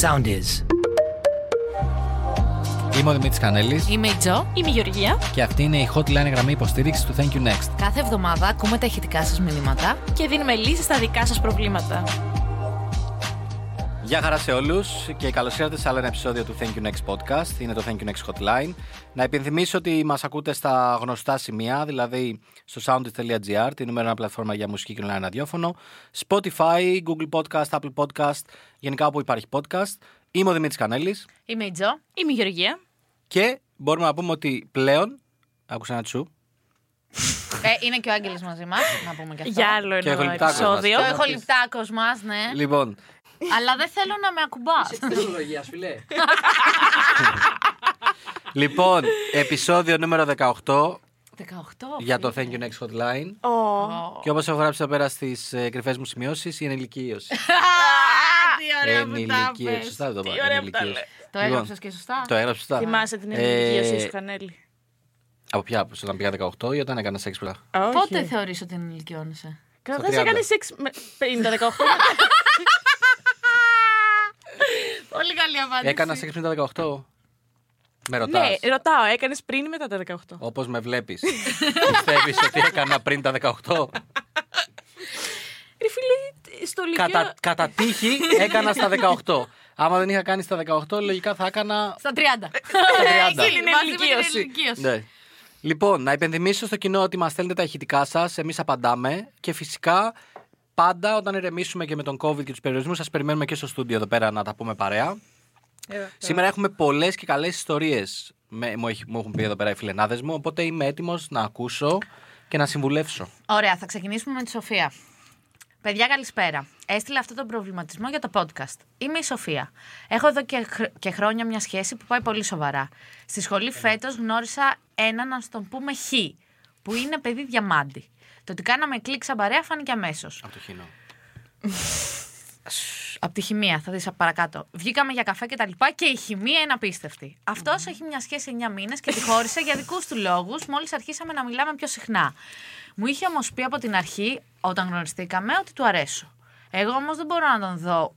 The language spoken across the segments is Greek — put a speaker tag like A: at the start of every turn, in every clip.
A: sound is.
B: Είμαι ο Δημήτρης Κανέλης
C: Είμαι η Τζο.
D: Είμαι η Γεωργία
B: και αυτή είναι η hotline γραμμή υποστήριξης του Thank You Next.
C: Κάθε εβδομάδα ακούμε τα ηχητικά σας μηνύματα.
D: και δίνουμε λύσεις στα δικά σας προβλήματα.
B: Γεια χαρά σε όλους και καλώς ήρθατε σε άλλο ένα επεισόδιο του Thank You Next Podcast. Είναι το Thank You Next Hotline. Να υπενθυμίσω ότι μας ακούτε στα γνωστά σημεία, δηλαδή στο soundist.gr, την νούμερο ένα πλατφόρμα για μουσική και online ραδιόφωνο, Spotify, Google Podcast, Apple Podcast, γενικά όπου υπάρχει podcast. Είμαι ο Δημήτρης Κανέλης
C: Είμαι η Τζο.
D: Είμαι η Γεωργία.
B: και μπορούμε να πούμε ότι πλέον. Άκουσα ένα τσου.
C: Ε, είναι και ο Άγγελος μαζί μας. Να πούμε και αυτό.
D: Για άλλο
B: Και έχω
D: ένα
B: λιπτάκος
D: επεισόδιο.
C: Το
B: μας.
C: έχω λιπτάκος μας, ναι.
B: Λοιπόν,
C: Αλλά δεν θέλω να με ακουμπάς.
A: φίλε.
B: λοιπόν, επεισόδιο νούμero 18
C: 18.
B: για το Thank You Next Hotline.
D: Ω.
C: Ω,
B: Και όπως έχω γράψει εδώ πέρα στις ε, κρυφές μου σημειώσεις, είναι ηλικίωση.
C: τι
B: Ε,
C: ωραία που τα
B: Ενηλικίωση.
C: πες.
B: Σωστά το
D: Τι
B: είπα.
D: ωραία που
B: ενηλικίωση.
D: τα λέει.
C: Το
B: Λοιπόν,
C: έγραψες και σωστά.
B: Το έγραψε σωστά.
D: Θυμάσαι την
B: Ε,
D: ενηλικίωση σου, Κανέλη.
B: Από ποια, από όταν πήγα 18 ή όταν έκανα σεξ πλά.
C: Πότε θεωρείς ότι ενηλικιώνεσαι.
B: στο
D: Καθώ
B: 30.
D: έκανε σεξ. με- 50-18.
C: Πολύ καλή απάντηση.
B: Έκανας σεξ πριν τα 18. Με ρωτά.
D: Ναι, ρωτάω, έκανες πριν ή μετά τα 18.
B: Όπως με βλέπεις. Πιστεύεις ότι έκανα πριν τα 18.
D: Ρε φίλε, στο
B: κατά,
D: λυκείο.
B: κατά τύχη έκανα στα 18. Άμα δεν είχα κάνει στα 18, λογικά θα έκανα.
C: Στα 30.
B: Στα 30.
C: Εκεί είναι
D: Μαζί με την
C: ενηλικίωση.
B: Ναι. Λοιπόν, να υπενθυμίσω στο κοινό ότι μας στέλνετε τα ηχητικά σας, εμείς απαντάμε και φυσικά πάντα όταν ερεμήσουμε και με τον COVID και τους περιορισμούς, σας περιμένουμε και στο στούντιο εδώ πέρα να τα πούμε παρέα. Σήμερα έχουμε πολλές και καλές ιστορίες. Μου, έχει- μου έχουν πει εδώ πέρα οι φιλενάδες μου, οπότε είμαι έτοιμος να ακούσω και να συμβουλεύσω.
C: Ωραία, θα ξεκινήσουμε με τη Σοφία. Παιδιά, καλησπέρα. Έστειλα αυτό τον προβληματισμό για το podcast. Είμαι η Σοφία. Έχω εδώ και, χρ- και χρόνια μια σχέση που πάει πολύ σοβαρά. Στη σχολή φέτος γνώρισα έναν, ας τον πούμε, Χ, που είναι παιδί διαμάντη. Το ότι κάναμε κλικ σαν παρέα φάνηκε αμέσως.
B: Από το κοινό.
C: Από τη χημεία, θα δεις παρακάτω. Βγήκαμε για καφέ και τα λοιπά και η χημεία είναι απίστευτη. Αυτός έχει μια σχέση 9 μήνες και τη χώρισε για δικούς του λόγους, μόλις αρχίσαμε να μιλάμε πιο συχνά. Μου είχε όμως πει από την αρχή, όταν γνωριστήκαμε, ότι του αρέσω. Εγώ όμως δεν μπορώ να τον δω.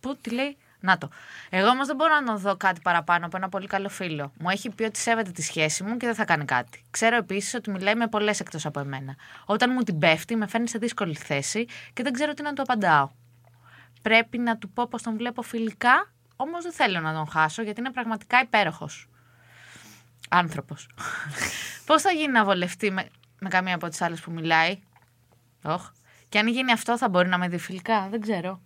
C: Πού τι λέει. Να το. Εγώ όμως δεν μπορώ να τον δω κάτι παραπάνω από ένα πολύ καλό φίλο. Μου έχει πει ότι σέβεται τη σχέση μου και δεν θα κάνει κάτι. Ξέρω επίσης ότι μιλάει με πολλές εκτός από εμένα. Όταν μου την πέφτει, με φέρνει σε δύσκολη θέση και δεν ξέρω τι να του απαντάω. Πρέπει να του πω πως τον βλέπω φιλικά, όμως δεν θέλω να τον χάσω γιατί είναι πραγματικά υπέροχος. Άνθρωπος. Πώς θα γίνει να βολευτεί με, με καμία από τις άλλες που μιλάει. Οχ. Και αν γίνει αυτό, θα μπορεί να με δει φιλικά. Δεν ξέρω.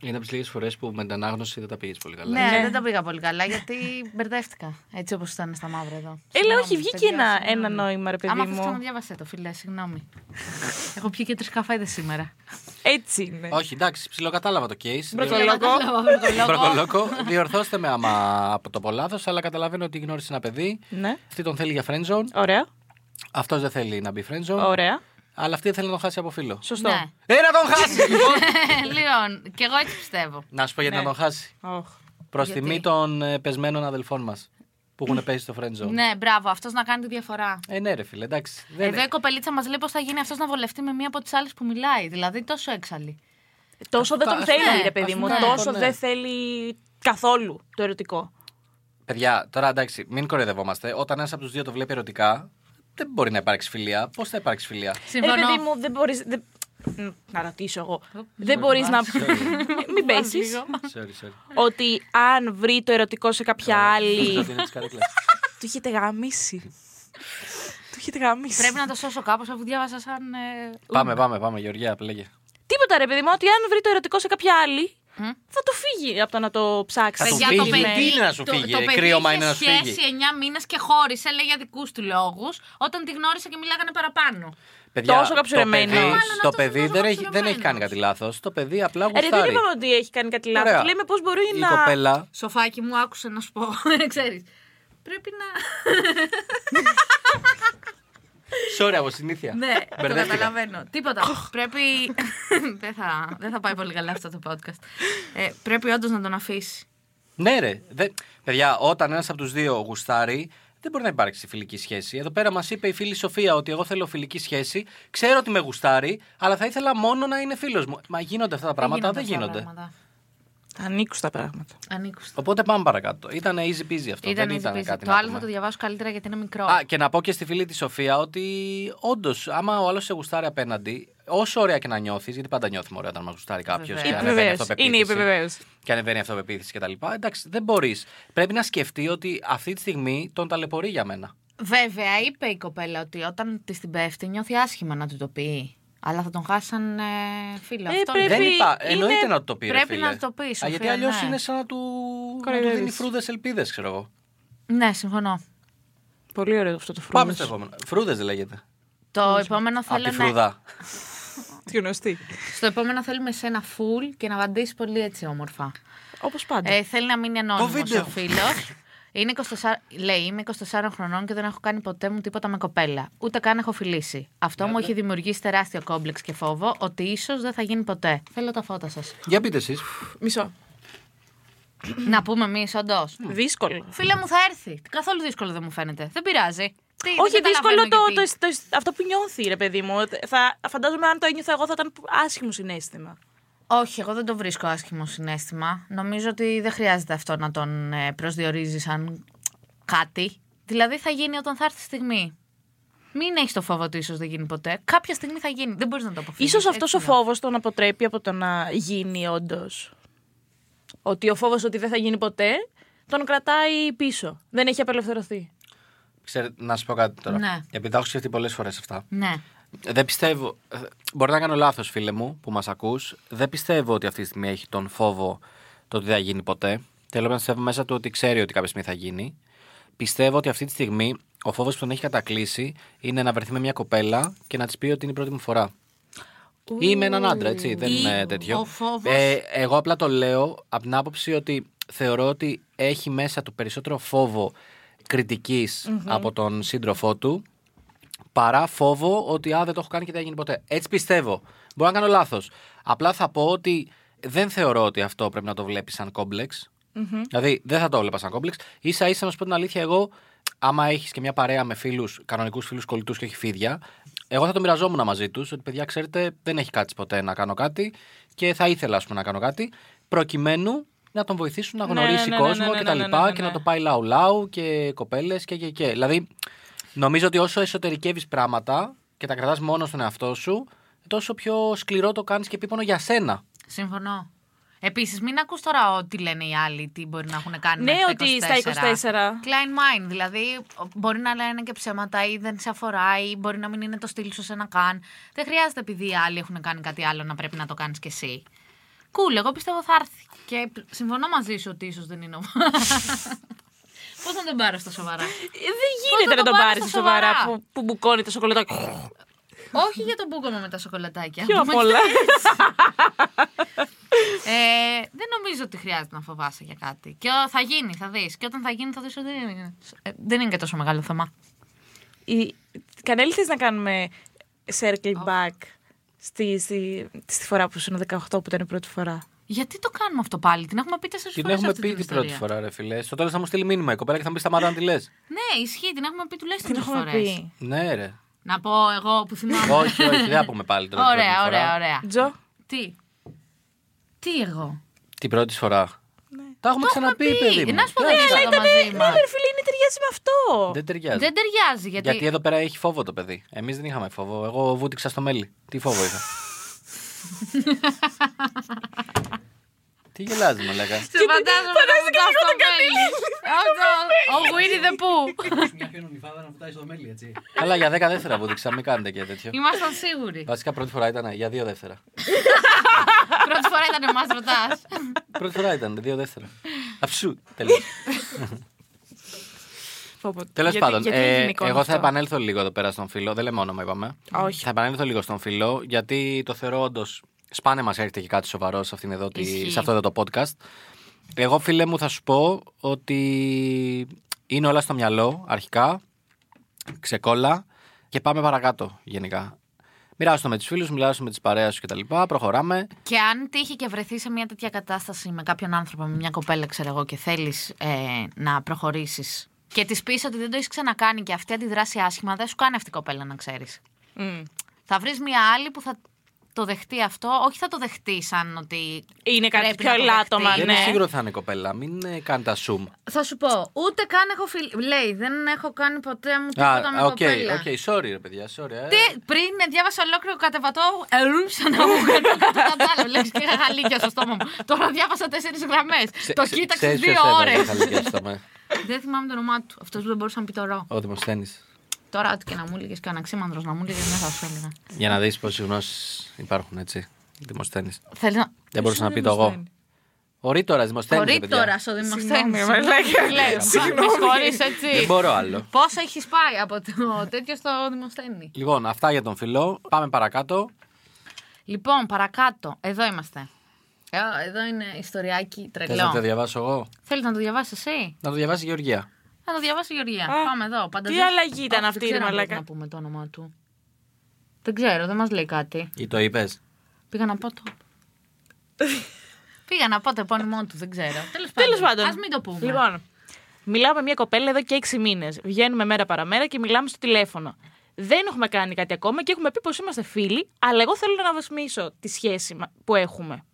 B: Είναι από τις λίγες φορές που με την ανάγνωση δεν τα πήγες πολύ καλά.
C: Ναι, δεν τα πήγα πολύ καλά γιατί μπερδεύτηκα. Έτσι όπως ήταν στα μαύρα εδώ.
D: Έλα,
C: Συγγνώμη,
D: όχι, βγήκε
C: παιδιά,
D: ένα,
C: συγγνώμη.
D: ένα νόημα, ρε παιδί
C: Άμα αυτό
D: μου.
C: μου διάβασε το φιλέ, συγγνώμη. Έχω πιει και τρεις καφέδες σήμερα.
D: Έτσι είναι.
B: Όχι, εντάξει, ψιλοκατάλαβα το case.
D: Μπροκολόκο.
C: Ναι.
B: Μπροκολόκο. Διορθώστε με άμα από το λάθο, αλλά καταλαβαίνω ότι γνώρισε ένα παιδί.
D: Ναι.
B: Αυτή τον θέλει για friendzone.
D: Ωραία.
B: Αυτός δεν θέλει να μπει friendzone.
D: Ωραία.
B: Αλλά αυτή θέλει να τον χάσει από φίλο.
D: Σωστό.
C: Ναι.
B: Ε, να τον χάσει! λοιπόν.
C: λοιπόν, και εγώ έτσι πιστεύω.
B: να σου πω γιατί
D: Ναι.
B: να τον χάσει.
D: Οχ.
B: Προς
C: Γιατί?
B: τιμή των ε, πεσμένων αδελφών μας που έχουν πέσει στο friendzone.
C: Ναι, μπράβο, αυτός να κάνει τη διαφορά.
B: Ε, ναι, ρε φίλε, εντάξει. Δεν
C: Εδώ η κοπελίτσα μας λέει πώς θα γίνει αυτός να βολευτεί με μία από τις άλλες που μιλάει. Δηλαδή τόσο έξαλλη.
D: Τόσο δεν τον
B: Ας-
D: θέλει,
C: ναι,
D: ρε παιδί
B: ας-
D: μου.
B: ναι.
D: Τόσο
B: Ναι.
D: δεν θέλει καθόλου το ερωτικό.
B: Παιδιά, τώρα εντάξει, μην κοροϊδευόμαστε. Όταν ένας από τους δύο το βλέπει ερωτικά, δεν μπορεί να υπάρξει φιλία. Πώς θα υπάρξει φιλία.
D: Ρε
C: Συμφωνώ.
D: Ε, παιδί μου, δεν μπορείς. Δεν... Μ, Να ρωτήσω εγώ. Δεν μπορείς να. Μ- Μην πέσει.
B: sorry, sorry.
D: Ότι αν βρει το ερωτικό σε κάποια άλλη.
B: Νομίζω ότι είναι της καρέκλας.
D: Του έχετε γαμίσει. Του έχετε γαμίσει.
C: Πρέπει να το σώσω κάπως αφού διάβασα σαν. ε,
B: πάμε, πάμε, πάμε, Γεωργία, λέγε.
D: Τίποτα ρε παιδί μου, ότι αν βρει το ερωτικό σε κάποια άλλη. Θα το φύγει από το να το ψάξει.
B: Θα του
C: Παιδιά,
B: φύγει.
C: το παιδί,
B: Τι είναι να σου
C: το-
B: φύγει,
C: το
B: ρε,
C: παιδί
B: κρύωμα
C: είχε
B: είναι να σου φύγει.
C: σχέση 9 μήνες και χώρισε, λέει για δικούς του λόγους, όταν τη γνώρισε και μιλάγανε παραπάνω.
B: Παιδιά,
D: Τόσο καψουρεμένο.
B: Το παιδί,
D: Μάλλον
B: το
C: αυτός είναι
B: παιδί
C: τόσο
B: δεν, έχει, δεν
C: καψουρεμένος.
B: έχει κάνει κάτι λάθος. Το παιδί απλά
D: Ε, ρε, δεν
B: γουστάρει.
D: είπαμε ότι έχει κάνει κάτι
B: Ωραία.
D: λάθο. Λέμε πώς μπορεί
B: Η
D: να.
B: κοπέλα.
C: Σοφάκι μου, άκουσε να σου πω. Ξέρεις. Πρέπει να.
B: Sorry, από συνήθεια.
C: Ναι, το
B: Μπερδεύτηκα.
C: καταλαβαίνω. Τίποτα. πρέπει. δεν, θα, δεν θα πάει πολύ καλά αυτό το podcast. Ε, πρέπει όντως να τον αφήσει.
B: Ναι, ρε. Δε... Παιδιά, όταν ένας από τους δύο γουστάρει, δεν μπορεί να υπάρξει φιλική σχέση. Εδώ πέρα μας είπε η φίλη Σοφία ότι εγώ θέλω φιλική σχέση. Ξέρω ότι με γουστάρει, αλλά θα ήθελα μόνο να είναι φίλος μου. Μα γίνονται αυτά τα πράγματα, δεν
C: αυτά τα
B: γίνονται.
C: πράγματα.
D: Ανήκουν τα πράγματα.
C: Ανήκουστε.
B: Οπότε πάμε παρακάτto. Ήταν easy peasy αυτό.
C: Ήταν
B: δεν
C: easy
B: ήταν
C: peasy.
B: κάτι
C: Το
B: να
C: άλλο θα
B: πούμε.
C: το διαβάσω καλύτερα γιατί είναι μικρό.
B: Α, και να πω και στη φίλη τη Σοφία ότι όντως, άμα ο άλλος σε γουστάρει απέναντι, όσο ωραία και να νιώθεις, γιατί πάντα νιώθουμε ωραία όταν μας γουστάρει κάποιος.
C: Βεβαίως.
D: Επιβεβαίωση. Είναι η επιβεβαίωση.
B: Και ανεβαίνει η αυτοπεποίθηση κτλ. Εντάξει, δεν μπορείς. Πρέπει να σκεφτεί ότι αυτή τη στιγμή τον ταλαιπωρεί για μένα.
C: Βέβαια, είπε η κοπέλα ότι όταν της την πέφτει, νιώθει άσχημα να του το πει. Αλλά θα τον χάσει σαν ε, φίλο.
D: Ε,
C: Αυτό
D: πρέπει-
C: είναι.
B: δεν είπα.
D: είναι-
B: Εννοείται να του το πει. ρε
C: πρέπει
B: φίλε.
C: να του το πεις,
B: Α,
C: Σοφία,
B: γιατί αλλιώς
C: ναι.
B: είναι σαν να του, να του
D: Κοροϊδεύεις.
B: δίνει φρούδες ελπίδες, ξέρω εγώ.
C: Ναι, συμφωνώ.
D: Πολύ ωραίο αυτό το φρούτο.
B: Πάμε στο επόμενο. Φρούδες δεν λέγεται.
C: Το επόμενο
B: Από
C: θέλω
B: τη
C: να...
B: φρούδα.
D: Τη γνωστή.
C: Στο επόμενο θέλουμε σένα φουλ και να απαντήσει πολύ έτσι όμορφα.
D: Όπως πάντα.
C: Ε, θέλει να μείνει ανώνυμος
B: βίντεο.
C: ο φίλος. Είναι 24, λέει, είμαι 24 χρονών και δεν έχω κάνει ποτέ μου τίποτα με κοπέλα. Ούτε καν έχω φιλήσει. Αυτό μου έχει δημιουργήσει τεράστιο κόμπλεξ και φόβο ότι ίσως δεν θα γίνει ποτέ. Θέλω τα φώτα σας.
B: Για πείτε εσείς.
D: Μισό.
C: να πούμε εμείς, όντως.
D: Δύσκολο.
C: Φίλε μου, θα έρθει. Καθόλου δύσκολο δεν μου φαίνεται. Δεν πειράζει. Τι,
D: Όχι,
C: δεν καταλαβαίνω
D: δύσκολο το,
C: γιατί.
D: το, το- αυτό που νιώθει, ρε παιδί μου. Ότι Θα, φαντάζομαι αν το ένιωθα εγώ θα ήταν άσχημο συνέστημα.
C: Όχι, εγώ δεν το βρίσκω άσχημο συνέστημα. Νομίζω ότι δεν χρειάζεται αυτό να τον ε, προσδιορίζεις σαν κάτι. Δηλαδή θα γίνει όταν θα έρθει η στιγμή. Μην έχεις το φόβο ότι ίσως δεν γίνει ποτέ. Κάποια στιγμή θα γίνει. Δεν μπορείς να το αποφύγεις.
D: Ίσως αυτός ο φόβος τον αποτρέπει από το να γίνει όντως. Ότι ο φόβος ότι δεν θα γίνει ποτέ τον κρατάει πίσω. Δεν έχει απελευθερωθεί.
B: Ξέρετε, να σας πω κάτι τώρα.
C: Ναι.
B: Επειδή τα έχω σκεφτεί πολλές φορές αυτά.
C: Ναι.
B: Δεν πιστεύω. ε, Μπορεί να κάνω λάθος, φίλε μου, που μας ακούς. Δεν πιστεύω ότι αυτή τη στιγμή έχει τον φόβο το ότι δεν θα γίνει ποτέ. Θέλω να πιστεύω μέσα του ότι ξέρει ότι κάποια στιγμή θα γίνει. Πιστεύω ότι αυτή τη στιγμή ο φόβος που τον έχει κατακλείσει είναι να βρεθεί με μια κοπέλα και να της πει ότι είναι η πρώτη μου φορά. Ή με έναν άντρα, έτσι. Δεν
C: Ή
B: είναι τέτοιο.
C: ο φόβος.
B: Ε, εγώ απλά το λέω από την άποψη ότι θεωρώ ότι έχει μέσα του περισσότερο φόβο κριτικής από τον σύντροφό του παρά φόβο ότι α, δεν το έχω κάνει και δεν έγινε ποτέ. Έτσι πιστεύω. Μπορώ να κάνω λάθος. Απλά θα πω ότι δεν θεωρώ ότι αυτό πρέπει να το βλέπεις σαν κόμπλεξ.
D: Mm-hmm.
B: Δηλαδή δεν θα το βλέπα σαν κόμπλεξ. σα ίσα να σου πω την αλήθεια, εγώ, άμα έχεις και μια παρέα με φίλους, κανονικούς φίλους κολλητούς και όχι φίδια, εγώ θα το μοιραζόμουν μαζί τους. Ότι παιδιά, ξέρετε, δεν έχει κάτσει ποτέ να κάνω κάτι και θα ήθελα, ας πούμε, να κάνω κάτι. Προκειμένου να τον βοηθήσουν να
D: Ναι, ναι,
B: γνωρίσει
D: ναι, ναι,
B: κόσμο
D: ναι, ναι,
B: και τα
D: ναι,
B: λοιπά
D: ναι, ναι,
B: και
D: ναι.
B: να το πάει λαού-λαού και κοπέλες και, και, και. Δηλαδή, νομίζω ότι όσο εσωτερικεύεις πράγματα και τα κρατάς μόνος στον εαυτό σου, τόσο πιο σκληρό το κάνεις και επίπονο για σένα.
C: Συμφωνώ. Επίσης, μην ακούς τώρα ό,τι λένε οι άλλοι, τι μπορεί να έχουν κάνει.
D: Ναι,
C: μέχρι
D: ότι στα
C: τα
D: 24.
C: Klein mind. Δηλαδή, μπορεί να λένε και ψέματα ή δεν σε αφορά ή μπορεί να μην είναι το στυλ σου σε να καν. Δεν χρειάζεται επειδή οι άλλοι έχουν κάνει κάτι άλλο να πρέπει να το κάνεις κι εσύ. Κούλ, εγώ πιστεύω θα έρθει. Και συμφωνώ μαζί σου ότι ίσως δεν είναι. Πώς να τον πάρω στα σοβαρά.
D: Ε, Δεν γίνεται
C: θα
D: να
C: το
D: τον
C: πάρεις
D: πάρεις
C: στα
D: σοβαρά
C: σοβαρά?
D: που, που μπουκώνει το σοκολατάκι.
C: Όχι για τον μπούκομα με τα σοκολατάκια.
D: Πιο απ' όλα.
C: Ε, δεν νομίζω ότι χρειάζεται να φοβάσαι για κάτι. Και ο- θα γίνει, θα δεις. Και όταν θα γίνει, θα δεις ότι δεν είναι, ε, δεν είναι και τόσο μεγάλο θέμα.
D: Η... Κανέλη, θες να κάνουμε circle back στη, στη, στη φορά που ήσουν 18 που ήταν η πρώτη φορά.
C: Γιατί το κάνουμε αυτό πάλι, την έχουμε πει τέσσερις
B: Την
C: φορές.
B: έχουμε πει την πρώτη φορά, ρε φιλέ. Στο τέλος θα μου στείλει μήνυμα η κοπέλα και θα μου πει σταμάτα να τη λες.
C: Ναι, ισχύει, την έχουμε πει τουλάχιστον
D: Την
C: τρεις
D: έχουμε
C: φορές.
D: πει.
B: Ναι, ρε.
C: Να πω εγώ που θυμάμαι.
B: όχι, όχι, δεν θα πούμε πάλι τώρα. την πρώτη
C: ωραία,
B: φορά.
C: ωραία, ωραία.
D: Τζο.
C: Τι. Τι εγώ.
B: Την πρώτη φορά. Τα έχουμε ξαναπεί,
C: Πει,
B: παιδί μου.
C: να σου πω δεν
B: Εντάξει,
C: ήταν μαζί
D: Ναι,
C: μας.
D: ρε φίλε, είναι ταιριάζει με αυτό.
B: Δεν ταιριάζει.
C: Δεν ταιριάζει, γιατί.
B: Γιατί εδώ πέρα έχει φόβο το παιδί. Εμείς δεν είχαμε φόβο. Εγώ βούτυξα στο μέλι. Τι φόβο είχα. Τι γελάζει, με λέγα.
C: Σε φαντάζομαι να μου το αυτό μέλι. Αυτό. Ο Γουίνι δεν πού.
A: Μια χιονονιφάδα να βουτάει στο μέλι, έτσι.
B: Καλά, για 10 δεύτερα βούτυξα, μην κάνετε και τέτοιο.
C: Ήμασταν σίγουροι.
B: Βασικά πρώτη φορά ήταν, για δύο δεύτερα.
C: Πρώτη φορά ήταν εμά ρωτάς.
B: πρώτη φορά ήταν, δύο δεύτερα. Αψού, τελείω. Τέλος
D: Γιατί-
B: πάντων,
D: γιατί
B: ε,
D: έγινε εικόνα
B: εγώ θα
D: αυτό?
B: επανέλθω λίγο εδώ πέρα στον φίλο. Δεν λέμε όνομα, είπαμε.
D: Όχι.
B: Θα επανέλθω λίγο στον φίλο, γιατί το θεωρώ όντως. Σπάνε μας έρχεται και κάτι σοβαρός σε, αυτήν εδώ, τη-
C: Ισχύει.
B: σε αυτό εδώ το podcast. Εγώ, φίλε μου, θα σου πω ότι είναι όλα στο μυαλό αρχικά. Ξεκόλα και πάμε παρακάτω γενικά. Μοιράζομαι με τους φίλους, μοιράζομαι με τις παρέα σου κτλ. Προχωράμε.
C: Και αν τύχει και βρεθεί σε μια τέτοια κατάσταση με κάποιον άνθρωπο, με μια κοπέλα, ξέρω εγώ, και θέλεις ε, να προχωρήσεις και της πεις ότι δεν το έχεις ξανακάνει και αυτή αντιδράσει άσχημα, δεν σου κάνει αυτή η κοπέλα να ξέρεις.
D: Μμ.
C: Θα βρεις μια άλλη που θα το δεχτεί αυτό, όχι θα το δεχτεί σαν ότι.
D: Είναι κάτι
C: πρέπει
D: πιο
C: να το δεχτεί.
D: ελάττωμα,
B: Είναι
D: ναι.
B: σίγουρο ότι θα είναι κοπέλα. Μην ε, κάνετε assume.
C: Θα σου πω, ούτε καν έχω φιλ... Λέει, δεν έχω κάνει ποτέ μου τίποτα με
B: οκ,
C: κοπέλα.
B: οκ, sorry ρε παιδιά, sorry. ε.
C: Τι, πριν διάβασα ολόκληρο κατεβατό, ελούψα να μου κάνει το κατάλληλο. Λέξεις και είχα γαλίκια στο στόμα μου. Τώρα διάβασα τέσσερις γραμμές.
B: Ξε-
C: Το
B: ξε-
C: κοίταξες
B: ξέρεις
C: δύο
B: ποιος έβαλε
C: ώρε.
B: τα χαλικιάστα με.
C: Δεν θυμάμαι το όνομά του. Αυτός που δεν μπορούσε να πει το ρο.
B: Ό,τι μου στέλνεις.
C: Τώρα, ό,τι και να μου έλεγες και ο αναξίμανδρος να μου έλεγες, δεν θα σου έλεγα.
B: Για να δεις πόσες γνώσεις υπάρχουν έτσι. Δημοσθένης.
C: Θέλεις να.
B: Δεν μπορούσα να πει το εγώ. Ο Ρήτορας Δημοσθένης, ρε
C: Μπορεί
B: παιδιά.
C: τώρα ο Δημοσθένης.
D: Συγγνώμη, μαλάκα.
C: Με συγχωρείς,
B: Δεν
C: έτσι.
B: μπορώ άλλο.
C: Πόσο έχεις πάει από το τέτοιο στο Δημοσθένη.
B: Λοιπόν, αυτά για τον φιλό. Πάμε παρακάτω.
C: Λοιπόν, παρακάτω. Εδώ είμαστε. Ε, Εδώ είναι ιστοριάκι
B: Θες να το
C: τρελό.
B: διαβάσω εγώ.
C: Θέλεις να το διαβάσεις εσύ.
B: Να το διαβάσει η Γεωργία.
C: Να το διαβάσει η Γεωργία.
D: Α,
C: Πάμε εδώ. Πανταζής-
D: τι αλλαγή ήταν
C: Αχ, δεν
D: αυτή,
C: ξέρω
D: ρε
C: αν
D: μαλάκα.
C: πρέπει Να πούμε το όνομά του. Δεν ξέρω, δεν μας λέει κάτι.
B: Ή το είπες.
C: Πήγα να πω το. Πήγα να πω το επώνυμό του, δεν ξέρω. Τέλος πάντων.
D: Τέλος πάντων.
C: Ας μην το πούμε.
D: Λοιπόν, μιλάω με μια κοπέλα εδώ και έξι μήνες. Βγαίνουμε μέρα παραμέρα και μιλάμε στο τηλέφωνο. Δεν έχουμε κάνει κάτι ακόμα και έχουμε πει πως είμαστε φίλοι, αλλά εγώ θέλω να βασμίσω τη σχέση μα- που έχουμε.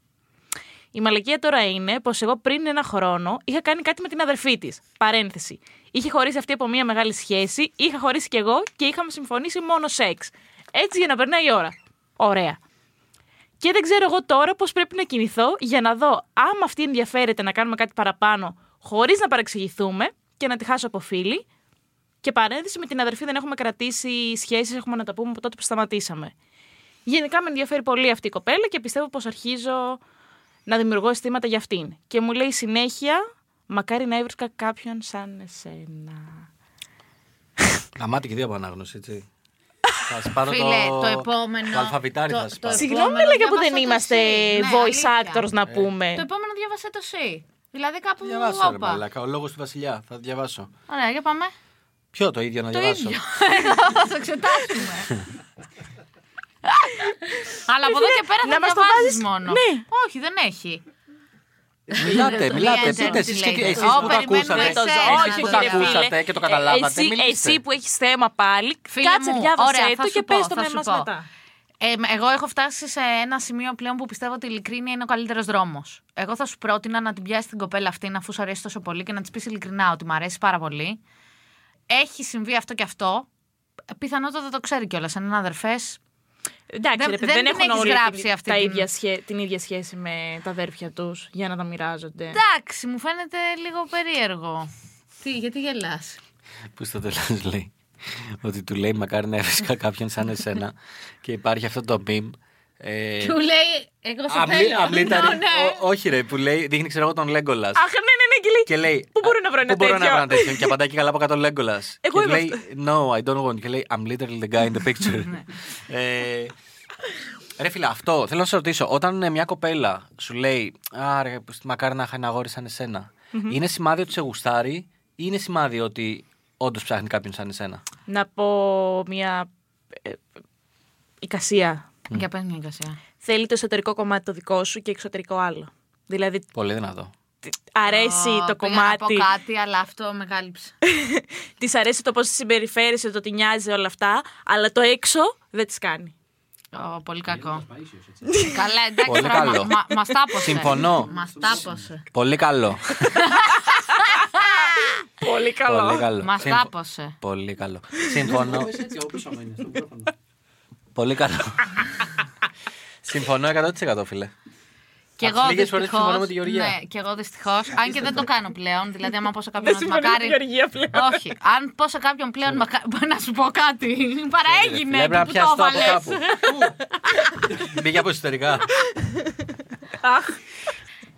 D: Η μαλακία τώρα είναι πως εγώ πριν ένα χρόνο είχα κάνει κάτι με την αδερφή της. Παρένθεση. Είχε χωρίσει αυτή από μια μεγάλη σχέση, είχα χωρίσει κι εγώ και είχαμε συμφωνήσει μόνο σεξ. Έτσι για να περνάει η ώρα. Ωραία. Και δεν ξέρω εγώ τώρα πώ πρέπει να κινηθώ για να δω άμα αυτή ενδιαφέρεται να κάνουμε κάτι παραπάνω χωρίς να παρεξηγηθούμε και να τη χάσω από φίλη. Και παρένθεση με την αδερφή δεν έχουμε κρατήσει σχέσεις, έχουμε να τα πούμε από τότε που σταματήσαμε. Γενικά με ενδιαφέρει πολύ αυτή η κοπέλα και πιστεύω πως αρχίζω να δημιουργώ αισθήματα για αυτήν. Και μου λέει συνέχεια, μακάρι να έβρισκα κάποιον σαν εσένα.
B: Γαμάτι και δύο από ανάγνωση, έτσι. θα σπάρω
C: Φίλε,
B: το...
C: το επόμενο-
B: Το αλφαβητάρι
C: το-
B: θα
C: το
B: σπάρω.
C: επο-
D: Συγγνώμη,
C: Επόμενο,
D: λέγα που
C: διάβασα
D: δεν
C: το
D: είμαστε
C: εσύ. Ναι,
D: voice
C: αλήθεια.
D: actors, να πούμε.
C: Το επόμενο διάβασε το C. Δηλαδή κάπου.
B: Διαβάσω, ρε
C: όπα.
B: μαλάκα. Ο λόγος του βασιλιά. Θα διαβάσω.
C: Ωραία, για πάμε.
B: Ποιο το ίδιο να
C: Το
B: διαβάσω.
C: ίδιο. Θα το εξετάσουμε. Αλλά από εδώ και πέρα
D: να
C: θα
D: μας το
C: διαβάζεις
D: βάζεις-
C: μόνο.
D: ναι.
C: Όχι, δεν έχει.
B: Μιλάτε, μιλάτε.
C: Βγαίνετε,
B: Πείτε εσείς
C: τι λέτε.
B: εσείς
C: Ω,
B: που το
C: περιμένουμε
B: ακούσατε.
C: εσένα,
B: Εσείς
C: ρε
B: που το
C: φίλε. Ε,
B: ακούσατε και το καταλάβατε.
D: Εσύ,
B: μιλήστε.
D: εσύ που έχεις θέμα πάλι,
C: Φίλε
D: κάτσε
C: μου,
D: διάβασέ
C: ωραία, θα
D: το
C: σου
D: και
C: πω,
D: πες το
C: θα
D: με
C: σου
D: μας
C: πω.
D: μετά.
C: Ε, εγώ έχω φτάσει σε ένα σημείο πλέον που πιστεύω ότι η ειλικρίνεια είναι ο καλύτερος δρόμος. Εγώ θα σου πρότεινα να την πιάσεις την κοπέλα αυτή, αφού σου αρέσει τόσο πολύ και να της πεις ειλικρινά ότι μου αρέσει πάρα πολύ. Έχει συμβεί αυτό και αυτό. Πιθανότατα το ξέρει κιόλας. Αν είναι αδερφές.
D: Εντάξει,
C: Δεν-
D: ρε, παιδί,
C: δεν
D: δεν,
C: την έχεις
D: έχουν όλοι
C: γράψει
D: την,
C: αυτή
D: τα
C: την-
D: ίδια σχέ- την ίδια σχέση με τα αδέρφια τους για να τα μοιράζονται.
C: Εντάξει, μου φαίνεται λίγο περίεργο. Τι, γιατί γελάς.
B: Που στο τέλος λέει ότι του λέει μακάρι να έβρισκα κάποιον σαν εσένα και υπάρχει αυτό το meme. Ε,
C: Του λέει, εγώ σε
B: αμλή-
C: θέλω.
B: αμλήταρη-
C: Ναι, ναι.
B: ο- όχι ρε, που λέει, δείχνει ξέρω εγώ τον Λέγκολα.
D: Αχ, ναι, ναι, ναι, και λέει.
B: Και λέει, ε,
D: Πού μπορώ να βρω ένα
B: «Πού μπορώ
D: τέτοιο?»
B: να βρω ένα τέτοιο. και απαντάει και καλά από κάτω Λέγκολα.
D: Εγώ
B: και
D: είμαι
B: λέει, No, I don't want. Και λέει, I'm literally the guy in the
D: Ναι.
B: picture. ε, ρε φίλε, αυτό θέλω να σε ρωτήσω. Όταν ε, μια κοπέλα σου λέει, Άρε, μακάρι να είχα ένα αγόρι σαν εσένα, είναι σημάδι ότι σε γουστάρει ή είναι σημάδι ότι όντως ψάχνει κάποιον σαν εσένα.
D: Να πω μια ε, εικασία.
C: Για πες μια εικασία.
D: Θέλει το εσωτερικό κομμάτι το δικό σου και εξωτερικό άλλο. Δηλαδή,
B: Πολύ δυνατό.
D: τ- αρέσει
C: Ω,
D: το
C: πήγα να πω
D: κομμάτι.
C: κάτι, αλλά αυτό με κάλυψε.
D: Της αρέσει το πώς συμπεριφέρεσαι, το ότι νοιάζει όλα αυτά, αλλά το έξω δεν της κάνει.
C: Ω, πολύ κακό. Καλά, εντάξει,
B: Πολύ
C: τώρα
B: καλό.
C: μα- μα- μας τάπωσε.
B: Συμφωνώ.
C: Μας τάπωσε.
B: Πολύ καλό.
D: Πολύ
B: Πολύ καλό.
C: Μας
B: Συμφω-
C: τάπωσε.
B: Πολύ καλό. Συμφωνώ.
A: Έτσι, όπως άμα είναι στο μικρόφωνο.
B: Πολύ καλό. Συμφωνώ 100% φίλε.
C: Και
B: Απ' τις
C: εγώ
B: λίγες φορές που συμφωνώ
C: δυστυχώς,
B: με τη Γεωργία.
C: Ναι, και εγώ δυστυχώς. Αν και δεν το κάνω πλέον. Δηλαδή, άμα πω σε κάποιον να
D: συμφωνεί με τη
C: μακάρι.
D: Γεωργία πλέον.
C: Όχι. Αν πω σε κάποιον πλέον. μακα- μπορεί Να σου πω κάτι. Παραέγινε.
B: Ναι. Ε, Πρέπει να
C: Που το
B: πιαστώ από
C: έβαλες.
B: κάπου. Μπήκε από εσωτερικά.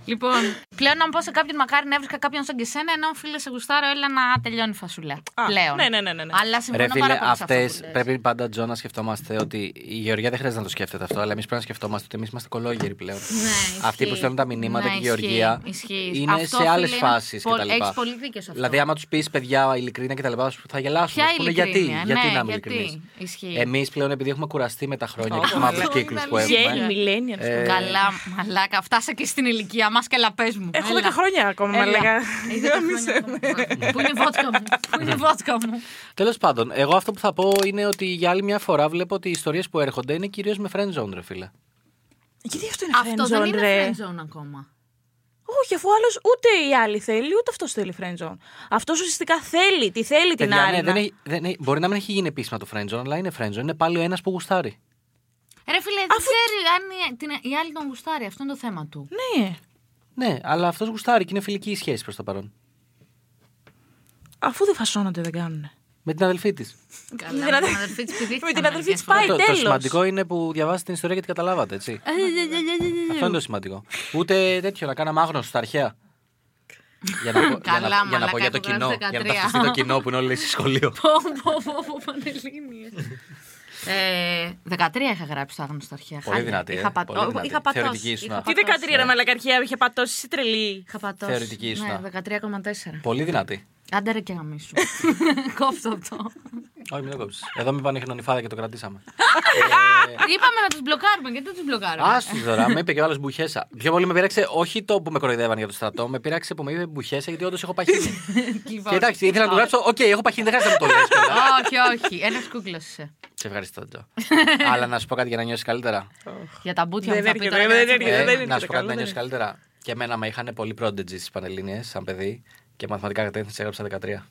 C: Λοιπόν, πλέον αν πω σε κάποιον μακάρι να έβρισκα κάποιον σαν και σένα, ενώ φίλε σε γουστάρω, έλα να τελειώνει η φασουλά.
D: Α,
C: πλέον.
D: ναι, ναι, ναι, ναι, ναι.
C: Αλλά
B: Ρε
C: συμφωνώ
B: φίλε,
C: πάρα πολύ σε αυτό
B: αυτές
C: που λες.
B: πρέπει πάντα Τζο να σκεφτόμαστε ότι η Γεωργία δεν χρειάζεται να το σκέφτεται αυτό, αλλά εμείς πρέπει να σκεφτόμαστε ότι εμείς είμαστε κολόγεροι πλέον.
C: Ναι,
B: Αυτοί που
C: ισχύει.
B: στέλνουν τα μηνύματα
C: Ναι,
B: και η Γεωργία
C: ισχύει, ισχύει.
B: είναι
C: Αυτό,
B: σε
C: φίλε,
B: άλλε
C: είναι
B: φάσεις
C: πολύ-
B: κτλ.
C: έχεις πολύ δίκιο σε αυτό.
B: Δηλαδή, άμα τους πεις παιδιά ειλικρίνεια κτλ., θα γελάσουν.
C: Ποια
B: Θα σου πούνε,
C: ειλικρίνεια,
B: γιατί, γιατί
C: ναι,
B: να είμαι
C: γιατί.
B: ειλικρινής.
C: Ισχύει.
B: Εμείς πλέον, επειδή έχουμε κουραστεί με τα χρόνια
D: Ω,
B: και έχουμε
D: ω,
B: άλλου
D: ω,
B: κύκλου
C: είναι
B: που
D: Γέλ,
B: έχουμε.
D: millennials.
B: Ε,
C: Καλά, μαλάκα. Φτάσα και στην ηλικία μας και λαπές μου.
B: Ε,
D: Έχω
C: Έλα.
D: 10 χρόνια ακόμα,
C: Έλα.
D: μαλακά.
C: Είδα τα χρόνια ακόμα. Πού είναι η βότκα μου, Πού είναι η βότκα μου.
B: Τέλος πάντων, εγώ αυτό που θα πω είναι ότι για άλλη μια φορά βλέπω ότι οι ιστορίες που έρχονται είναι κυρίως με friend zone, ρε φίλε.
D: Γιατί αυτό είναι
C: Αυτό δεν
D: friendzone, ρε.
C: είναι friendzone ακόμα.
D: Όχι, αφού άλλος ούτε η άλλη θέλει, ούτε αυτός θέλει friendzone. Αυτός ουσιαστικά θέλει, τη θέλει την
B: Παιδιά,
D: άλλη.
B: ναι, δεν έχει- δεν έχει- μπορεί να μην έχει γίνει επίσημα το friendzone, αλλά είναι friendzone. Είναι πάλι ο ένας που γουστάρει.
C: Ρε φίλε, δεν ξέρει αν η, την, η άλλη τον γουστάρει. Αυτό είναι το θέμα του.
D: ναι.
B: Ναι, αλλά αυτός γουστάρει και είναι φιλική η σχέση προς το παρόν.
D: Αφού δεν φασώνονται, δεν κάνουν.
B: Με την αδελφή της.
C: Καλά,
D: την
C: με την
D: αδελφή-
C: αδελφή της πηδήχτηκαν
D: με την αδελφή
C: μερικές
D: της πάει.
C: φορές.
B: Το, το
D: τέλος.
B: σημαντικό είναι που διαβάζετε την ιστορία και την καταλάβατε, έτσι.
C: Ε,
B: Αυτό είναι το σημαντικό. Ούτε τέτοιο να κάναμε άγνωστο στα αρχαία. Για να, πω- για να-
C: Καλά,
B: για να πω
C: μαλάκα,
B: για το
C: έχω
B: κοινό.
C: γράψει
B: Για να
C: 13.
B: ταυτιστεί το κοινό που είναι όλοι στο σχολείο.
C: Πω, πω, πω, πω, Πανελλήνιες. Ε, 13 είχα γράψει το άγνωστο αρχαία.
B: Πολύ
C: Χάλια.
B: δυνατή, ε.
C: Είχα, πατώ-
B: Πολύ δυνατή.
C: είχα πατώσει.
B: Θεωρητική ήσουν.
C: είχα
D: Τι
C: πατώσει,
D: 13 ρε μαλακαρχία, είχε πατώσει εσύ τρελή.
C: Είχα πατώσει.
B: Θεωρητική ήσουν.
C: Ναι, 13,4.
B: Πολύ δυνατή.
C: Άντε ρε και γαμίσου. Κόψω αυτό.
B: Όχι, μην το κόψεις. Εδώ μην πάνε χιονιφάδα και το κρατήσαμε.
C: Είπαμε να τους μπλοκάρουμε. Γιατί δεν τους μπλοκάρουμε.
B: Άστο τώρα, με είπε και ο άλλος μπουχέσα. Πιο πολύ με πειράξε όχι το που με κοροϊδεύαν για το στρατό, με πειράξε που με είπε μπουχέσα γιατί όντως έχω παχύνει.
C: Λοιπόν.
B: και εντάξει, ήθελα να του γράψω, οκ, έχω παχύνει, δεν χρειάζεται να μου το λες κιόλας».
C: όχι, όχι. Ένας κούκλος είσαι.
B: Σε ευχαριστώ, Τζο. Αλλά να σου πω κάτι για να νιώσεις καλύτερα.
C: Για τα μπούτια μου
D: Δεν
C: θα πει
D: έρχεται,
C: τώρα.
D: δεν
C: για τα
D: έρχεται.
C: τσιμπούτια.
B: Ε,
D: δεν είναι
B: να σου
D: το
B: πω κάτι
D: καλό,
B: να
D: δεν
B: νιώσει
D: είναι.
B: καλύτερα. Και εμένα με είχαν πολύ prodigy στι Πανελλήνιες σαν παιδί και μαθηματικά κατεύθυνση έγραψα 13.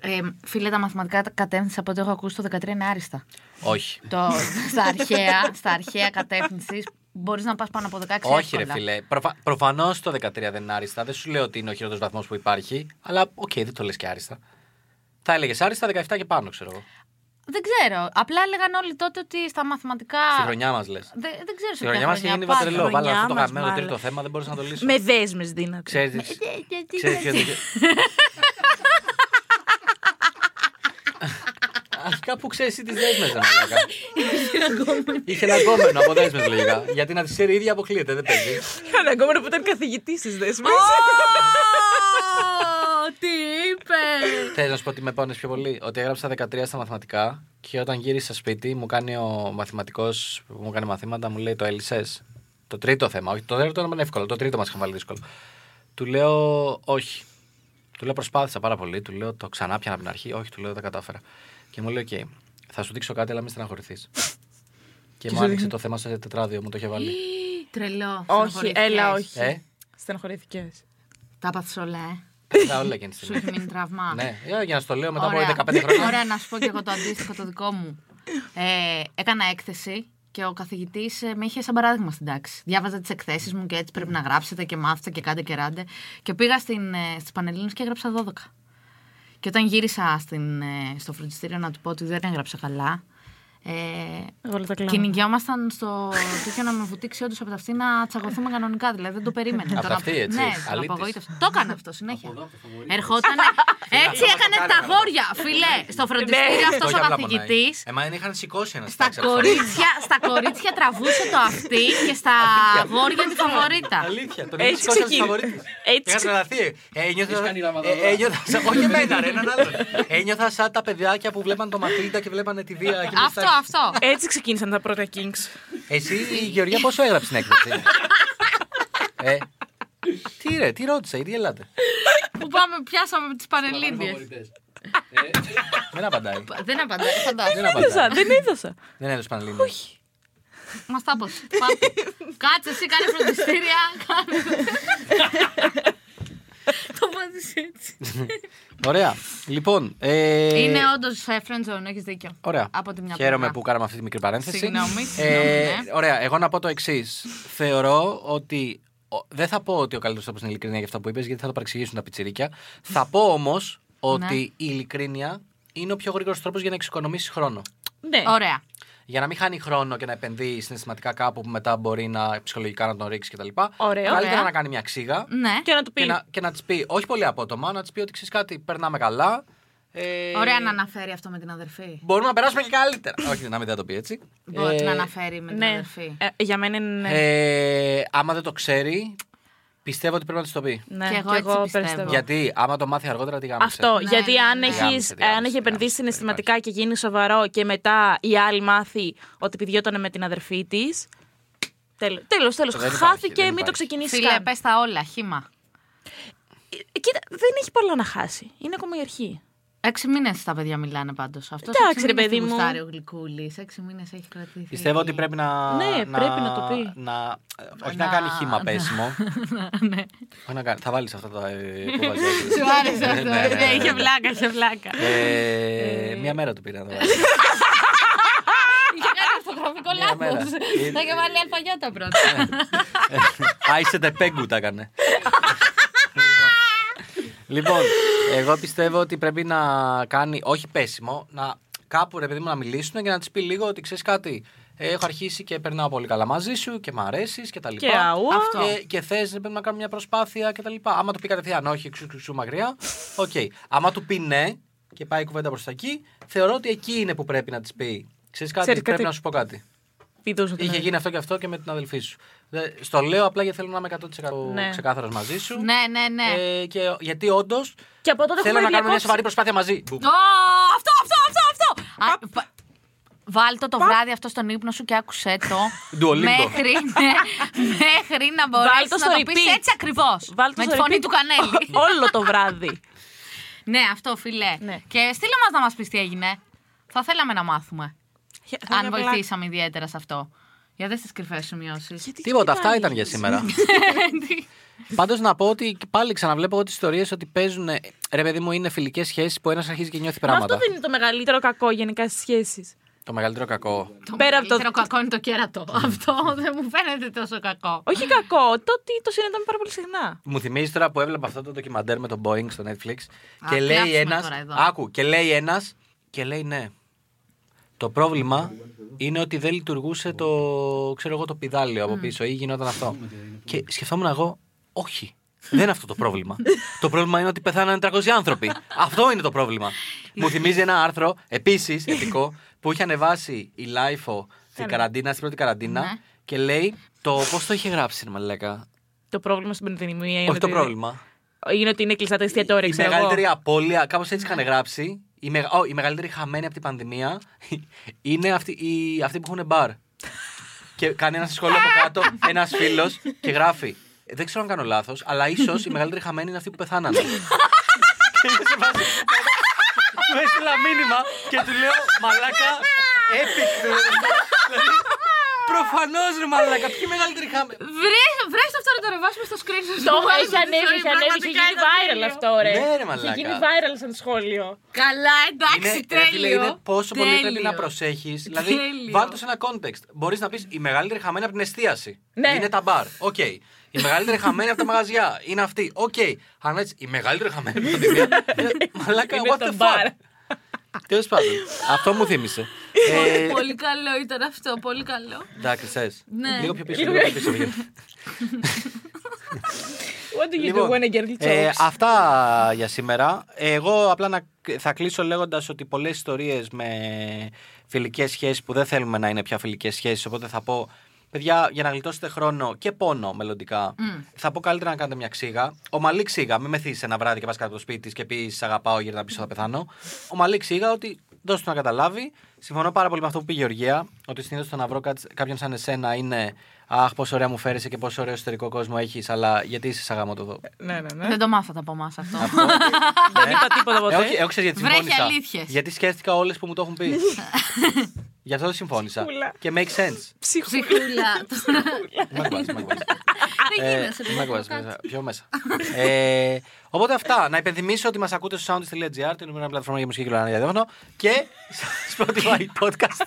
C: Ε, Φίλε, τα μαθηματικά τα κατεύθυνση από ό,τι έχω ακούσει το 13 είναι άριστα.
B: Όχι.
C: Το, στα αρχαία, στα αρχαία κατεύθυνσης μπορείς να πας πάνω από 16
B: Όχι, ρε
C: εύκολα.
B: φίλε. Προφα... Προφανώς το 13 δεν είναι άριστα. Δεν σου λέω ότι είναι ο χειρότερος βαθμός που υπάρχει. Αλλά οκ, δεν το λες και άριστα. Θα έλεγες άριστα 17 και πάνω, ξέρω εγώ.
C: Δεν ξέρω. Απλά έλεγαν όλοι τότε ότι στα μαθηματικά.
B: Στη χρονιά μας λες.
C: Δεν, δεν ξέρω σε
B: Στη
C: ποια
B: χρονιά μα είχε γίνει
C: πάντα.
B: βατρελό. Βάλα αυτό το
D: Χρονιά μας,
B: γαμμένο
D: μάλλον.
B: τρίτο θέμα, δεν μπορούσα να το λύσω.
D: Με δέσμες δύνατο.
B: Ξέρει. Ξέρεις ποιο δικαι- Αρχικά που ξέρεις τις δέσμες, μαλάκα. Είχε ένα κόμενο από δέσμες, λογικά. Γιατί να τη ξέρει η ίδια αποκλείεται, δεν παίζει.
D: Είχα ένα κόμμα που ήταν καθηγητής τη δέσμες.
C: Ω, Τι είπε!
B: Θε να σου πω ότι με πόνες πιο πολύ. Ότι έγραψα 13 στα μαθηματικά και όταν γύρισα σπίτι μου κάνει ο μαθηματικός που μου κάνει μαθήματα, μου λέει το έλυσες. Το τρίτο θέμα. Όχι, το δεύτερο ήταν εύκολο. Το τρίτο μας είχαν βάλει δύσκολο. Του λέω όχι. Του λέω προσπάθησα πάρα πολύ. Του λέω το ξανά πιανα από την αρχή. Όχι, του λέω δεν τα κατάφερα. Και μου λέει οκ, θα σου δείξω κάτι, αλλά μην στεναχωρηθείς. και μου άνοιξε το θέμα σε τετράδιο, μου το είχε βάλει.
C: Τρελό.
D: Όχι, έλα, όχι.
B: ε,
D: Στενοχωρηθήκε.
C: Τα πάθει όλα, ε.
B: πέθα όλα εκείνη τη
C: Σου
B: στιγμή.
C: έχει μείνει τραυμά.
B: ναι, ε, για να στο λέω μετά από
C: Ωραία.
B: 15 χρόνια.
C: Ωραία, να σου πω και εγώ το αντίστοιχο το δικό μου. Ε, έκανα έκθεση και ο καθηγητής με είχε σαν παράδειγμα στην τάξη. Διάβαζα τις εκθέσεις μου και έτσι πρέπει να γράψετε και μάθετε και κάντε και ράντε. Και πήγα στην, ε, στις Πανελλήνες και έγραψα 12. Και όταν γύρισα στην, ε, στο φροντιστήριο να του πω ότι δεν έγραψα καλά, ε,
D: Όλα τα κλάματα.
C: Κυνηγιόμασταν στο τέτοιο να με βουτήξει όντως από τα αυτή να τσακωθούμε κανονικά. Δηλαδή δεν το περίμενα.
B: Απ'
C: Τον
B: τα
C: απο-
B: αυτή, έτσι,
C: Ναι, τον
B: αλήτης.
C: απογοήτευσα. Το έκανε αυτό συνέχεια. Ερχόταν. Έτσι έκανε τα Ε, γόρια. Φιλέ, στο φροντιστήριο
D: Ναι.
C: αυτός ο καθηγητή.
B: Εμένα είχαν σηκώσει ένας
C: Στα κορίτσια, στα κορίτσια τραβούσε το αυτή και στα γόρια τη φαβορίτα.
B: Αλήθεια, τον
D: Έτσι
B: είχε σηκώσει ένας
D: ξεκίνη-
B: φαβορίτης.
D: έτσι
B: Είχα
D: ξε-
B: τρελαθεί. Ε,
A: Έχεις
B: Ένιωθα.
A: κάνει ραματοδότα.
B: ε, ένιωθα σαν- Όχι εμένα, ρε, έναν άλλον. Ένιωθα σαν τα παιδιάκια που βλέπαν το Ματίλτα και βλέπανε τη βία. εκεί μπροστά.
C: Αυτό, αυτό.
D: Έτσι ξεκίνησαν τα πρώτα Kings.
B: Εσύ, η Γεωργία, πόσο έγραψε την έκθεση. ε, τι ρε, τι ρώτησα, ήδη ελάτε.
C: Που πάμε, πιάσαμε τις πανελίνδιε.
B: Δεν απαντάει.
C: Δεν απαντάει, φαντάζομαι.
B: Δεν απαντάει.
D: Δεν έδωσα.
B: Δεν έδωσε πανελίνη. Όχι.
C: Μας τα πως. Πάμε. Κάτσε εσύ, κάνε φροντιστήρια. Κάνε. Το βάζεις έτσι.
B: Ωραία. Λοιπόν. ε,
C: Είναι όντως friend zone, έχεις δίκιο.
B: Ωραία.
C: Από τη μια
B: Χαίρομαι
C: πλευρά.
B: που κάναμε αυτή τη μικρή παρένθεση. Ε,
C: Συγγνώμη, συγγνώμη, ναι.
B: Ωραία, εγώ να πω το εξής. Θεωρώ ότι. ο- Δεν θα πω ότι ο καλύτερος τρόπος είναι η ειλικρίνεια για αυτά που είπες, γιατί θα το παρεξηγήσουν τα πιτσιρίκια. θα πω όμως ότι
C: Ναι.
B: η ειλικρίνεια είναι ο πιο γρήγορος τρόπος για να εξοικονομήσεις χρόνο.
D: Ναι.
C: Ωραία.
B: Για να μην χάνει χρόνο και να επενδύει συναισθηματικά κάπου που μετά μπορεί να ψυχολογικά να τον ρίξει κτλ.
D: Ωραίο.
B: Καλύτερα
C: Ωραία.
B: να κάνει μια ξύγα
C: Ναι.
D: Και να του
B: και
D: πει.
B: να, και να της πει, όχι πολύ απότομα, να της πει ότι ξέρεις κάτι, περνάμε καλά. Ε,
C: Ωραία να αναφέρει αυτό με την αδερφή.
B: Μπορούμε να περάσουμε και καλύτερα. όχι, να μην δεν το πει έτσι.
C: Μπορεί να
B: Ε,
C: αναφέρει με την
D: Ναι.
C: αδερφή.
D: Ε, για μένα είναι.
B: Ε, άμα δεν το ξέρει, πιστεύω ότι πρέπει να της το πει.
D: Ναι,
C: κι εγώ
D: κι
C: έτσι πιστεύω.
D: περιστεύω.
B: Γιατί άμα το μάθει αργότερα, τη γάμισε.
D: Αυτό.
C: Ναι,
D: γιατί
C: ναι,
D: αν,
C: ναι.
D: έχεις,
B: Διάμεση,
D: ε, αν
B: διάμεση,
D: έχει επενδύσει
B: διάμεση,
D: συναισθηματικά και γίνει σοβαρό και μετά η άλλη μάθει ότι πηδιόταν με την αδερφή της. Τέλο, τέλος, τέλος.
B: Δεν υπάρχει,
D: Χάθηκε,
B: δεν
D: μην το
B: υπάρχει.
D: ξεκινήσεις.
C: Φίλε,
D: καν.
C: πες τα όλα, χήμα.
D: Ε, Κοίτα, δεν έχει πολλά να χάσει. Είναι ακόμα η αρχή.
C: Ε, Έξι μήνες τα παιδιά μιλάνε πάντως. Αυτός
D: Εντάξει, ρε παιδί μου.
C: ο γλυκούλης. Έξι μήνες έχει κρατήσει.
B: Πιστεύω ότι πρέπει να.
D: Ναι, πρέπει να το πει.
B: να- όχι να,
C: Να-
B: κάνει χήμα
C: να-
B: πέσιμο.
C: ναι.
B: όχι να κάνει- Θα βάλεις αυτά τα. ε, που βάζεις.
C: Σου άρεσε
B: Ναι,
C: αυτό.
B: ναι, ναι,
C: Ναι,
B: ναι,
C: είχε
B: ναι.
C: βλάκα, είχε βλάκα.
B: Ε, Μία μέρα του πήρα. να το βάλεις.
C: Είχε κάνει ορθογραφικό
B: Μια μέρα. Ε, ναι.
C: λάθο. Θα είχε βάλει αλφαγιώτα πρώτα.
B: Α, είσαι τεπέγκου τα έκανε. λοιπόν, εγώ πιστεύω ότι πρέπει να κάνει, όχι πέσιμο, να κάπου ρε παιδί μου να μιλήσουν και να της πει λίγο ότι ξέρεις κάτι. ε, Έχω αρχίσει και περνάω πολύ καλά μαζί σου και μ' αρέσεις και τα λοιπά.
D: Και αού.
B: Αυτό. Και, και θες πρέπει να κάνουμε μια προσπάθεια και τα λοιπά. Άμα του πει κατευθείαν όχι, ξου, ξου, ξου, μακριά. Οκ. Άμα του πει ναι και πάει η κουβέντα προς τα εκεί, θεωρώ ότι εκεί είναι που πρέπει να της πει. Ξέρεις κάτι, πρέπει
D: Ξέρεις κάτι.
B: να σου πω κάτι.
D: Πηδούσε την
B: Είχε
D: άλλη.
B: γίνει αυτό και αυτό και με την αδελφή σου. Δε, Στο λέω απλά γιατί θέλω να είμαι 100%
D: Ναι.
B: ξεκάθαρος μαζί σου.
C: Ναι, ναι, ναι.
B: Ε, και, γιατί όντως
D: Και από τότε
B: θέλω να κάνουμε
D: έχουμε
B: μια
D: διακόψει.
B: σοβαρή προσπάθεια μαζί. Μπουμ.
C: Ω, Αυτό, αυτό, αυτό, αυτό. Α, πα- Βάλτο το βράδυ αυτό στον ύπνο σου και άκουσέ το.
B: Duolingo.
C: μέχρι, ναι, μέχρι να μπορέσει
D: Βάλτο
C: να
D: στο
C: το πεις
D: repeat.
C: έτσι ακριβώς.
D: Βάλ' το
C: Με τη
D: στο
C: φωνή
D: repeat
C: του Κανέλη.
D: Όλο το βράδυ.
C: ναι, αυτό φιλέ.
D: Ναι.
C: Και στείλε μας να μας πεις τι έγινε. Θα θέλαμε να μάθουμε. αν βοηθήσαμε ιδιαίτερα σε αυτό. Για δες τις κρυφές σημειώσει.
B: Τίποτα, αυτά ήταν για σήμερα.
D: Ναι,
B: Πάντως να πω ότι και πάλι ξαναβλέπω εγώ τις ιστορίες ότι παίζουν. ε, Ρε παιδί μου, είναι φιλικές σχέσεις που ένας αρχίζει και νιώθει
D: Μα αυτό
B: πράγματα.
D: δεν είναι το μεγαλύτερο κακό γενικά στις σχέσεις.
B: Το μεγαλύτερο κακό.
C: Το
D: Πέρα από το- Ναι.
C: μεγαλύτερο κακό είναι το κέρατο. αυτό δεν μου φαίνεται τόσο κακό.
D: Όχι κακό, το ότι το συναντάμε πάρα πολύ συχνά.
B: Μου θυμίζεις τώρα που έβλεπα αυτό το ντοκιμαντέρ με τον Boeing στο Netflix.
C: Α,
B: και λέει
C: κλάψουμε
B: ένας.
C: τώρα εδώ.
B: Άκου, και λέει ένας. Και λέει ναι. Το πρόβλημα είναι ότι δεν λειτουργούσε το, ξέρω εγώ, το πιδάλιο από πίσω ή γινόταν αυτό. και σκεφτόμουν εγώ, όχι. Δεν είναι αυτό το πρόβλημα. το πρόβλημα είναι ότι πεθάνανε 300 άνθρωποι. αυτό είναι το πρόβλημα. Μου θυμίζει ένα άρθρο, επίσης ηθικό, που είχε ανεβάσει η Λάιφο στην καραντίνα, στην πρώτη καραντίνα.
C: Ναι.
B: Και λέει το πώς το είχε γράψει, ρε μαλάκα.
D: Το πρόβλημα στην πανδημία είναι.
B: Όχι το
D: ότι-
B: πρόβλημα.
D: Είναι ότι είναι κλειστά τα εστιατόρια,
B: Η
D: ξέρω εγώ.
B: μεγαλύτερη απώλεια, κάπως έτσι είχαν γράψει. Η, μεγα... Ω, η μεγαλύτερη χαμένη από την πανδημία είναι αυτοί, οι... αυτοί που έχουν μπαρ. και κάνει ένα σχόλιο από κάτω, ένας φίλος και γράφει. «Ε, Δεν ξέρω αν κάνω λάθος, αλλά ίσως η μεγαλύτερη χαμένη είναι αυτή που πεθάνανε. και είναι σε φάση. Του έστειλα μήνυμα και του λέω Μαλάκα, epic dude». Δηλαδή, Προφανώς ρε Μαλάκα, ποιοι μεγαλύτερη χαμένη.
C: Βρε το αυτό να το ανεβάσουμε στο screen σου.
D: Το έχει ανέβει, έχει ανέβει, έχει γίνει viral αυτό, ρε.
B: Ναι, ρε, μαλάκα.
D: Έχει γίνει viral σαν σχόλιο.
C: Καλά, εντάξει,
B: Είναι, ρε
C: τέλειο.
B: φίλε, είναι πόσο πολύ πρέπει
C: Τέλειο.
B: να προσέχεις. Δηλαδή,
C: Τέλειο.
B: βάλτε σε ένα context. Μπορείς να πεις η μεγαλύτερη χαμένη από την εστίαση.
D: Ναι.
B: Είναι τα μπαρ. Οκ. Η μεγαλύτερη χαμένη από τα μαγαζιά. Είναι αυτή. Οκ. Αν έτσι, η μεγαλύτερη χαμένη από την εστίαση. Μαλάκα,
D: Είναι
B: what
D: τα
B: the
D: μπαρ.
B: fuck. Τέλος πάντων, αυτό μου θύμισε.
C: Πολύ-
B: ε,
C: Πολύ καλό ήταν αυτό, πολύ καλό.
B: εντάξει, θες.
C: Ναι.
B: Λίγο πιο πίσω. Λίγο πιο πίσω. βγαίνει.
D: What do you do
B: Λοιπόν,
D: when a girl
B: ε,
D: chokes?
B: αυτά για σήμερα. Εγώ απλά να, θα κλείσω λέγοντας ότι πολλές ιστορίες με φιλικές σχέσεις που δεν θέλουμε να είναι πια φιλικές σχέσεις. Οπότε θα πω, παιδιά, για να γλιτώσετε χρόνο και πόνο μελλοντικά, θα πω καλύτερα να κάνετε μια ξύγα. Ομαλή ξύγα. Μην με θύσεις ένα βράδυ και πας κάτω από το σπίτι της και πεις Σ' αγαπάω, γύρνα πίσω, θα πεθάνω. Ομαλή ξύγα ότι δώσ' του να καταλάβει. Συμφωνώ πάρα πολύ με αυτό που πει η Γεωργία, ότι συνήθως το να βρω κάτι- κάποιον σαν εσένα είναι Αχ, πόσο ωραία μου φέρεσαι και πόσο ωραίο εσωτερικό κόσμο έχεις, αλλά γιατί είσαι σαν το εδώ.
D: Ναι, ναι, ναι.
C: Δεν το μάθατε από εμάς αυτό.
D: Δεν είπα τίποτα
B: Ε, όχι,
D: ποτέ.
B: εγώ ξέρεις γιατί
C: Βρέχει
B: συμφώνησα.
C: αλήθειες.
B: Γιατί σκέφτηκα όλες που μου το έχουν πει. Γι' αυτό το συμφώνησα.
D: Ψυχούλα.
B: Και make sense.
D: Ψυχή.
C: Ψυχούλα.
B: Μην με κουβάζει, μην με κουβάζει.
C: Δεν
B: Ε,
C: γίνεσαι.
B: μην με κουβάζει,
C: δεν
B: μην με- Πιο μέσα. Ε, οπότε αυτά. Να υπενθυμίσω ότι μας ακούτε στο soundist.gr, την νούμερα πλατφόρμα για μουσική και κοινωνία διαδόχνο. Και στο Spotify podcast.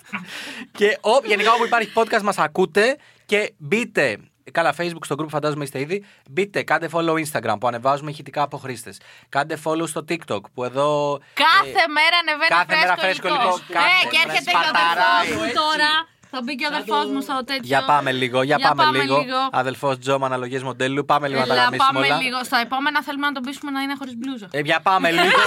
B: και ό, γενικά όπου υπάρχει podcast μας ακούτε και μπείτε. Καλά, Facebook στο group φαντάζομαι είστε ήδη. Μπείτε, κάντε follow Instagram που ανεβάζουμε ηχητικά από χρήστες. Κάντε follow στο TikTok που εδώ.
C: Κάθε μέρα ανεβαίνει
B: Ε, κάθε μέρα φρέσκο
C: φρέσκο
B: υλικό. Κάθε
C: Ε, και
B: μέρα
C: έρχεται και ο
B: σπαταράει,
C: αδερφό μου
B: έτσι.
C: τώρα. Θα μπει και ο αδερφό μου στο τέτοιο.
B: Για πάμε λίγο, για, πάμε, λίγο. Αδελφός Τζόμ, αναλογίε μοντέλου. Πάμε λίγο να τα
C: Έλα,
B: γαμίσουμε
C: πάμε
B: όλα.
C: λίγο. Στα επόμενα θέλουμε να τον πείσουμε να είναι χωρίς μπλούζα.
B: Ε, για πάμε λίγο.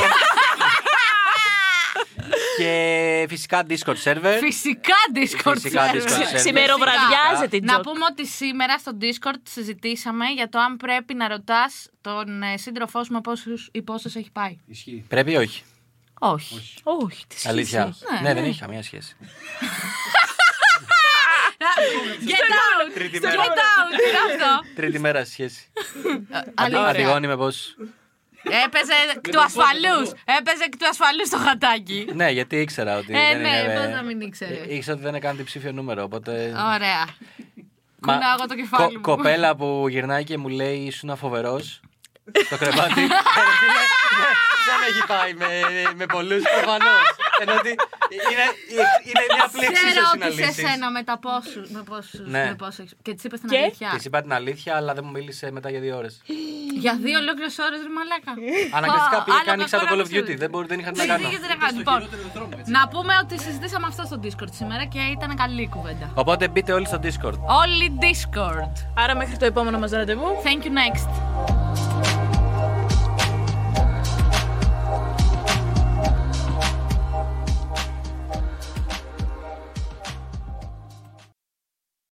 B: και φυσικά Discord server.
C: Φυσικά Discord
B: Φυσικά
C: server.
B: Discord server.
D: Σημεροβραδιάζεται η
C: Να
D: τζοκ.
C: πούμε ότι σήμερα στο Discord συζητήσαμε για το αν πρέπει να ρωτάς τον ε, σύντροφό σου με πόσους ή πόσες έχει πάει.
A: Ισχύει.
B: Πρέπει ή όχι.
C: Όχι.
D: Όχι, τι σχέση
B: Αλήθεια.
D: έχει.
B: Ναι, δεν έχει καμία σχέση.
C: Get out!
B: Τρίτη
C: Get
B: μέρα.
C: out! Είναι αυτό.
B: Τρίτη μέρα σχέση.
C: Αλήθεια.
B: Αντιγόνη με πώς.
C: Έπαιζε εκ του ασφαλού. Έπαιζε εκ του ασφαλούς το χατάκι.
B: Ναι, γιατί ήξερα ότι.
C: Ε,
B: δεν
C: ναι,
B: είναι-
C: πώς να μην ήξερες.
B: Ε, Ήξερα ότι δεν έκανε ψήφιο νούμερο, οπότε.
C: Ωραία.
B: Μα-
C: κουνάω το κεφάλι μου.
B: Κοπέλα που γυρνάει και μου λέει ήσουν φοβερό στο κρεβάτι. Ε, ρε φίλε, δεν έχει πάει με, με πολλούς προφανώς. Ενώ ότι είναι, είναι μια απλή
C: Ξέρω
B: εξίσωση να
C: ότι σε
B: λύσεις.
C: σένα με τα πόσους. Με πόσους,
B: Ναι.
C: με πόσους, και της είπες την
D: Και?
C: αλήθεια.
B: Της είπα την αλήθεια, αλλά δεν μου μίλησε μετά για δύο ώρες.
C: Για δύο ολόκληρες ώρες, ρε μαλάκα.
B: Αναγκαστικά
C: Πω,
B: πήγε
C: άλλο
B: και άνοιξα το
C: κακό
B: Call
C: να
B: of
C: μην
B: Duty. Δεν, μπορεί, δεν είχα τι να
C: Δεν
B: κάνω.
C: γίνεται να κάνει. Λοιπόν,
A: χειρότερο δρόμο, έτσι.
C: να πούμε ότι συζητήσαμε αυτό στο Discord σήμερα και ήταν καλή η κουβέντα.
B: Οπότε μπείτε όλοι στο Discord.
C: Όλοι Discord.
D: Άρα μέχρι το επόμενο μας ραντεβού.
C: Thank you next.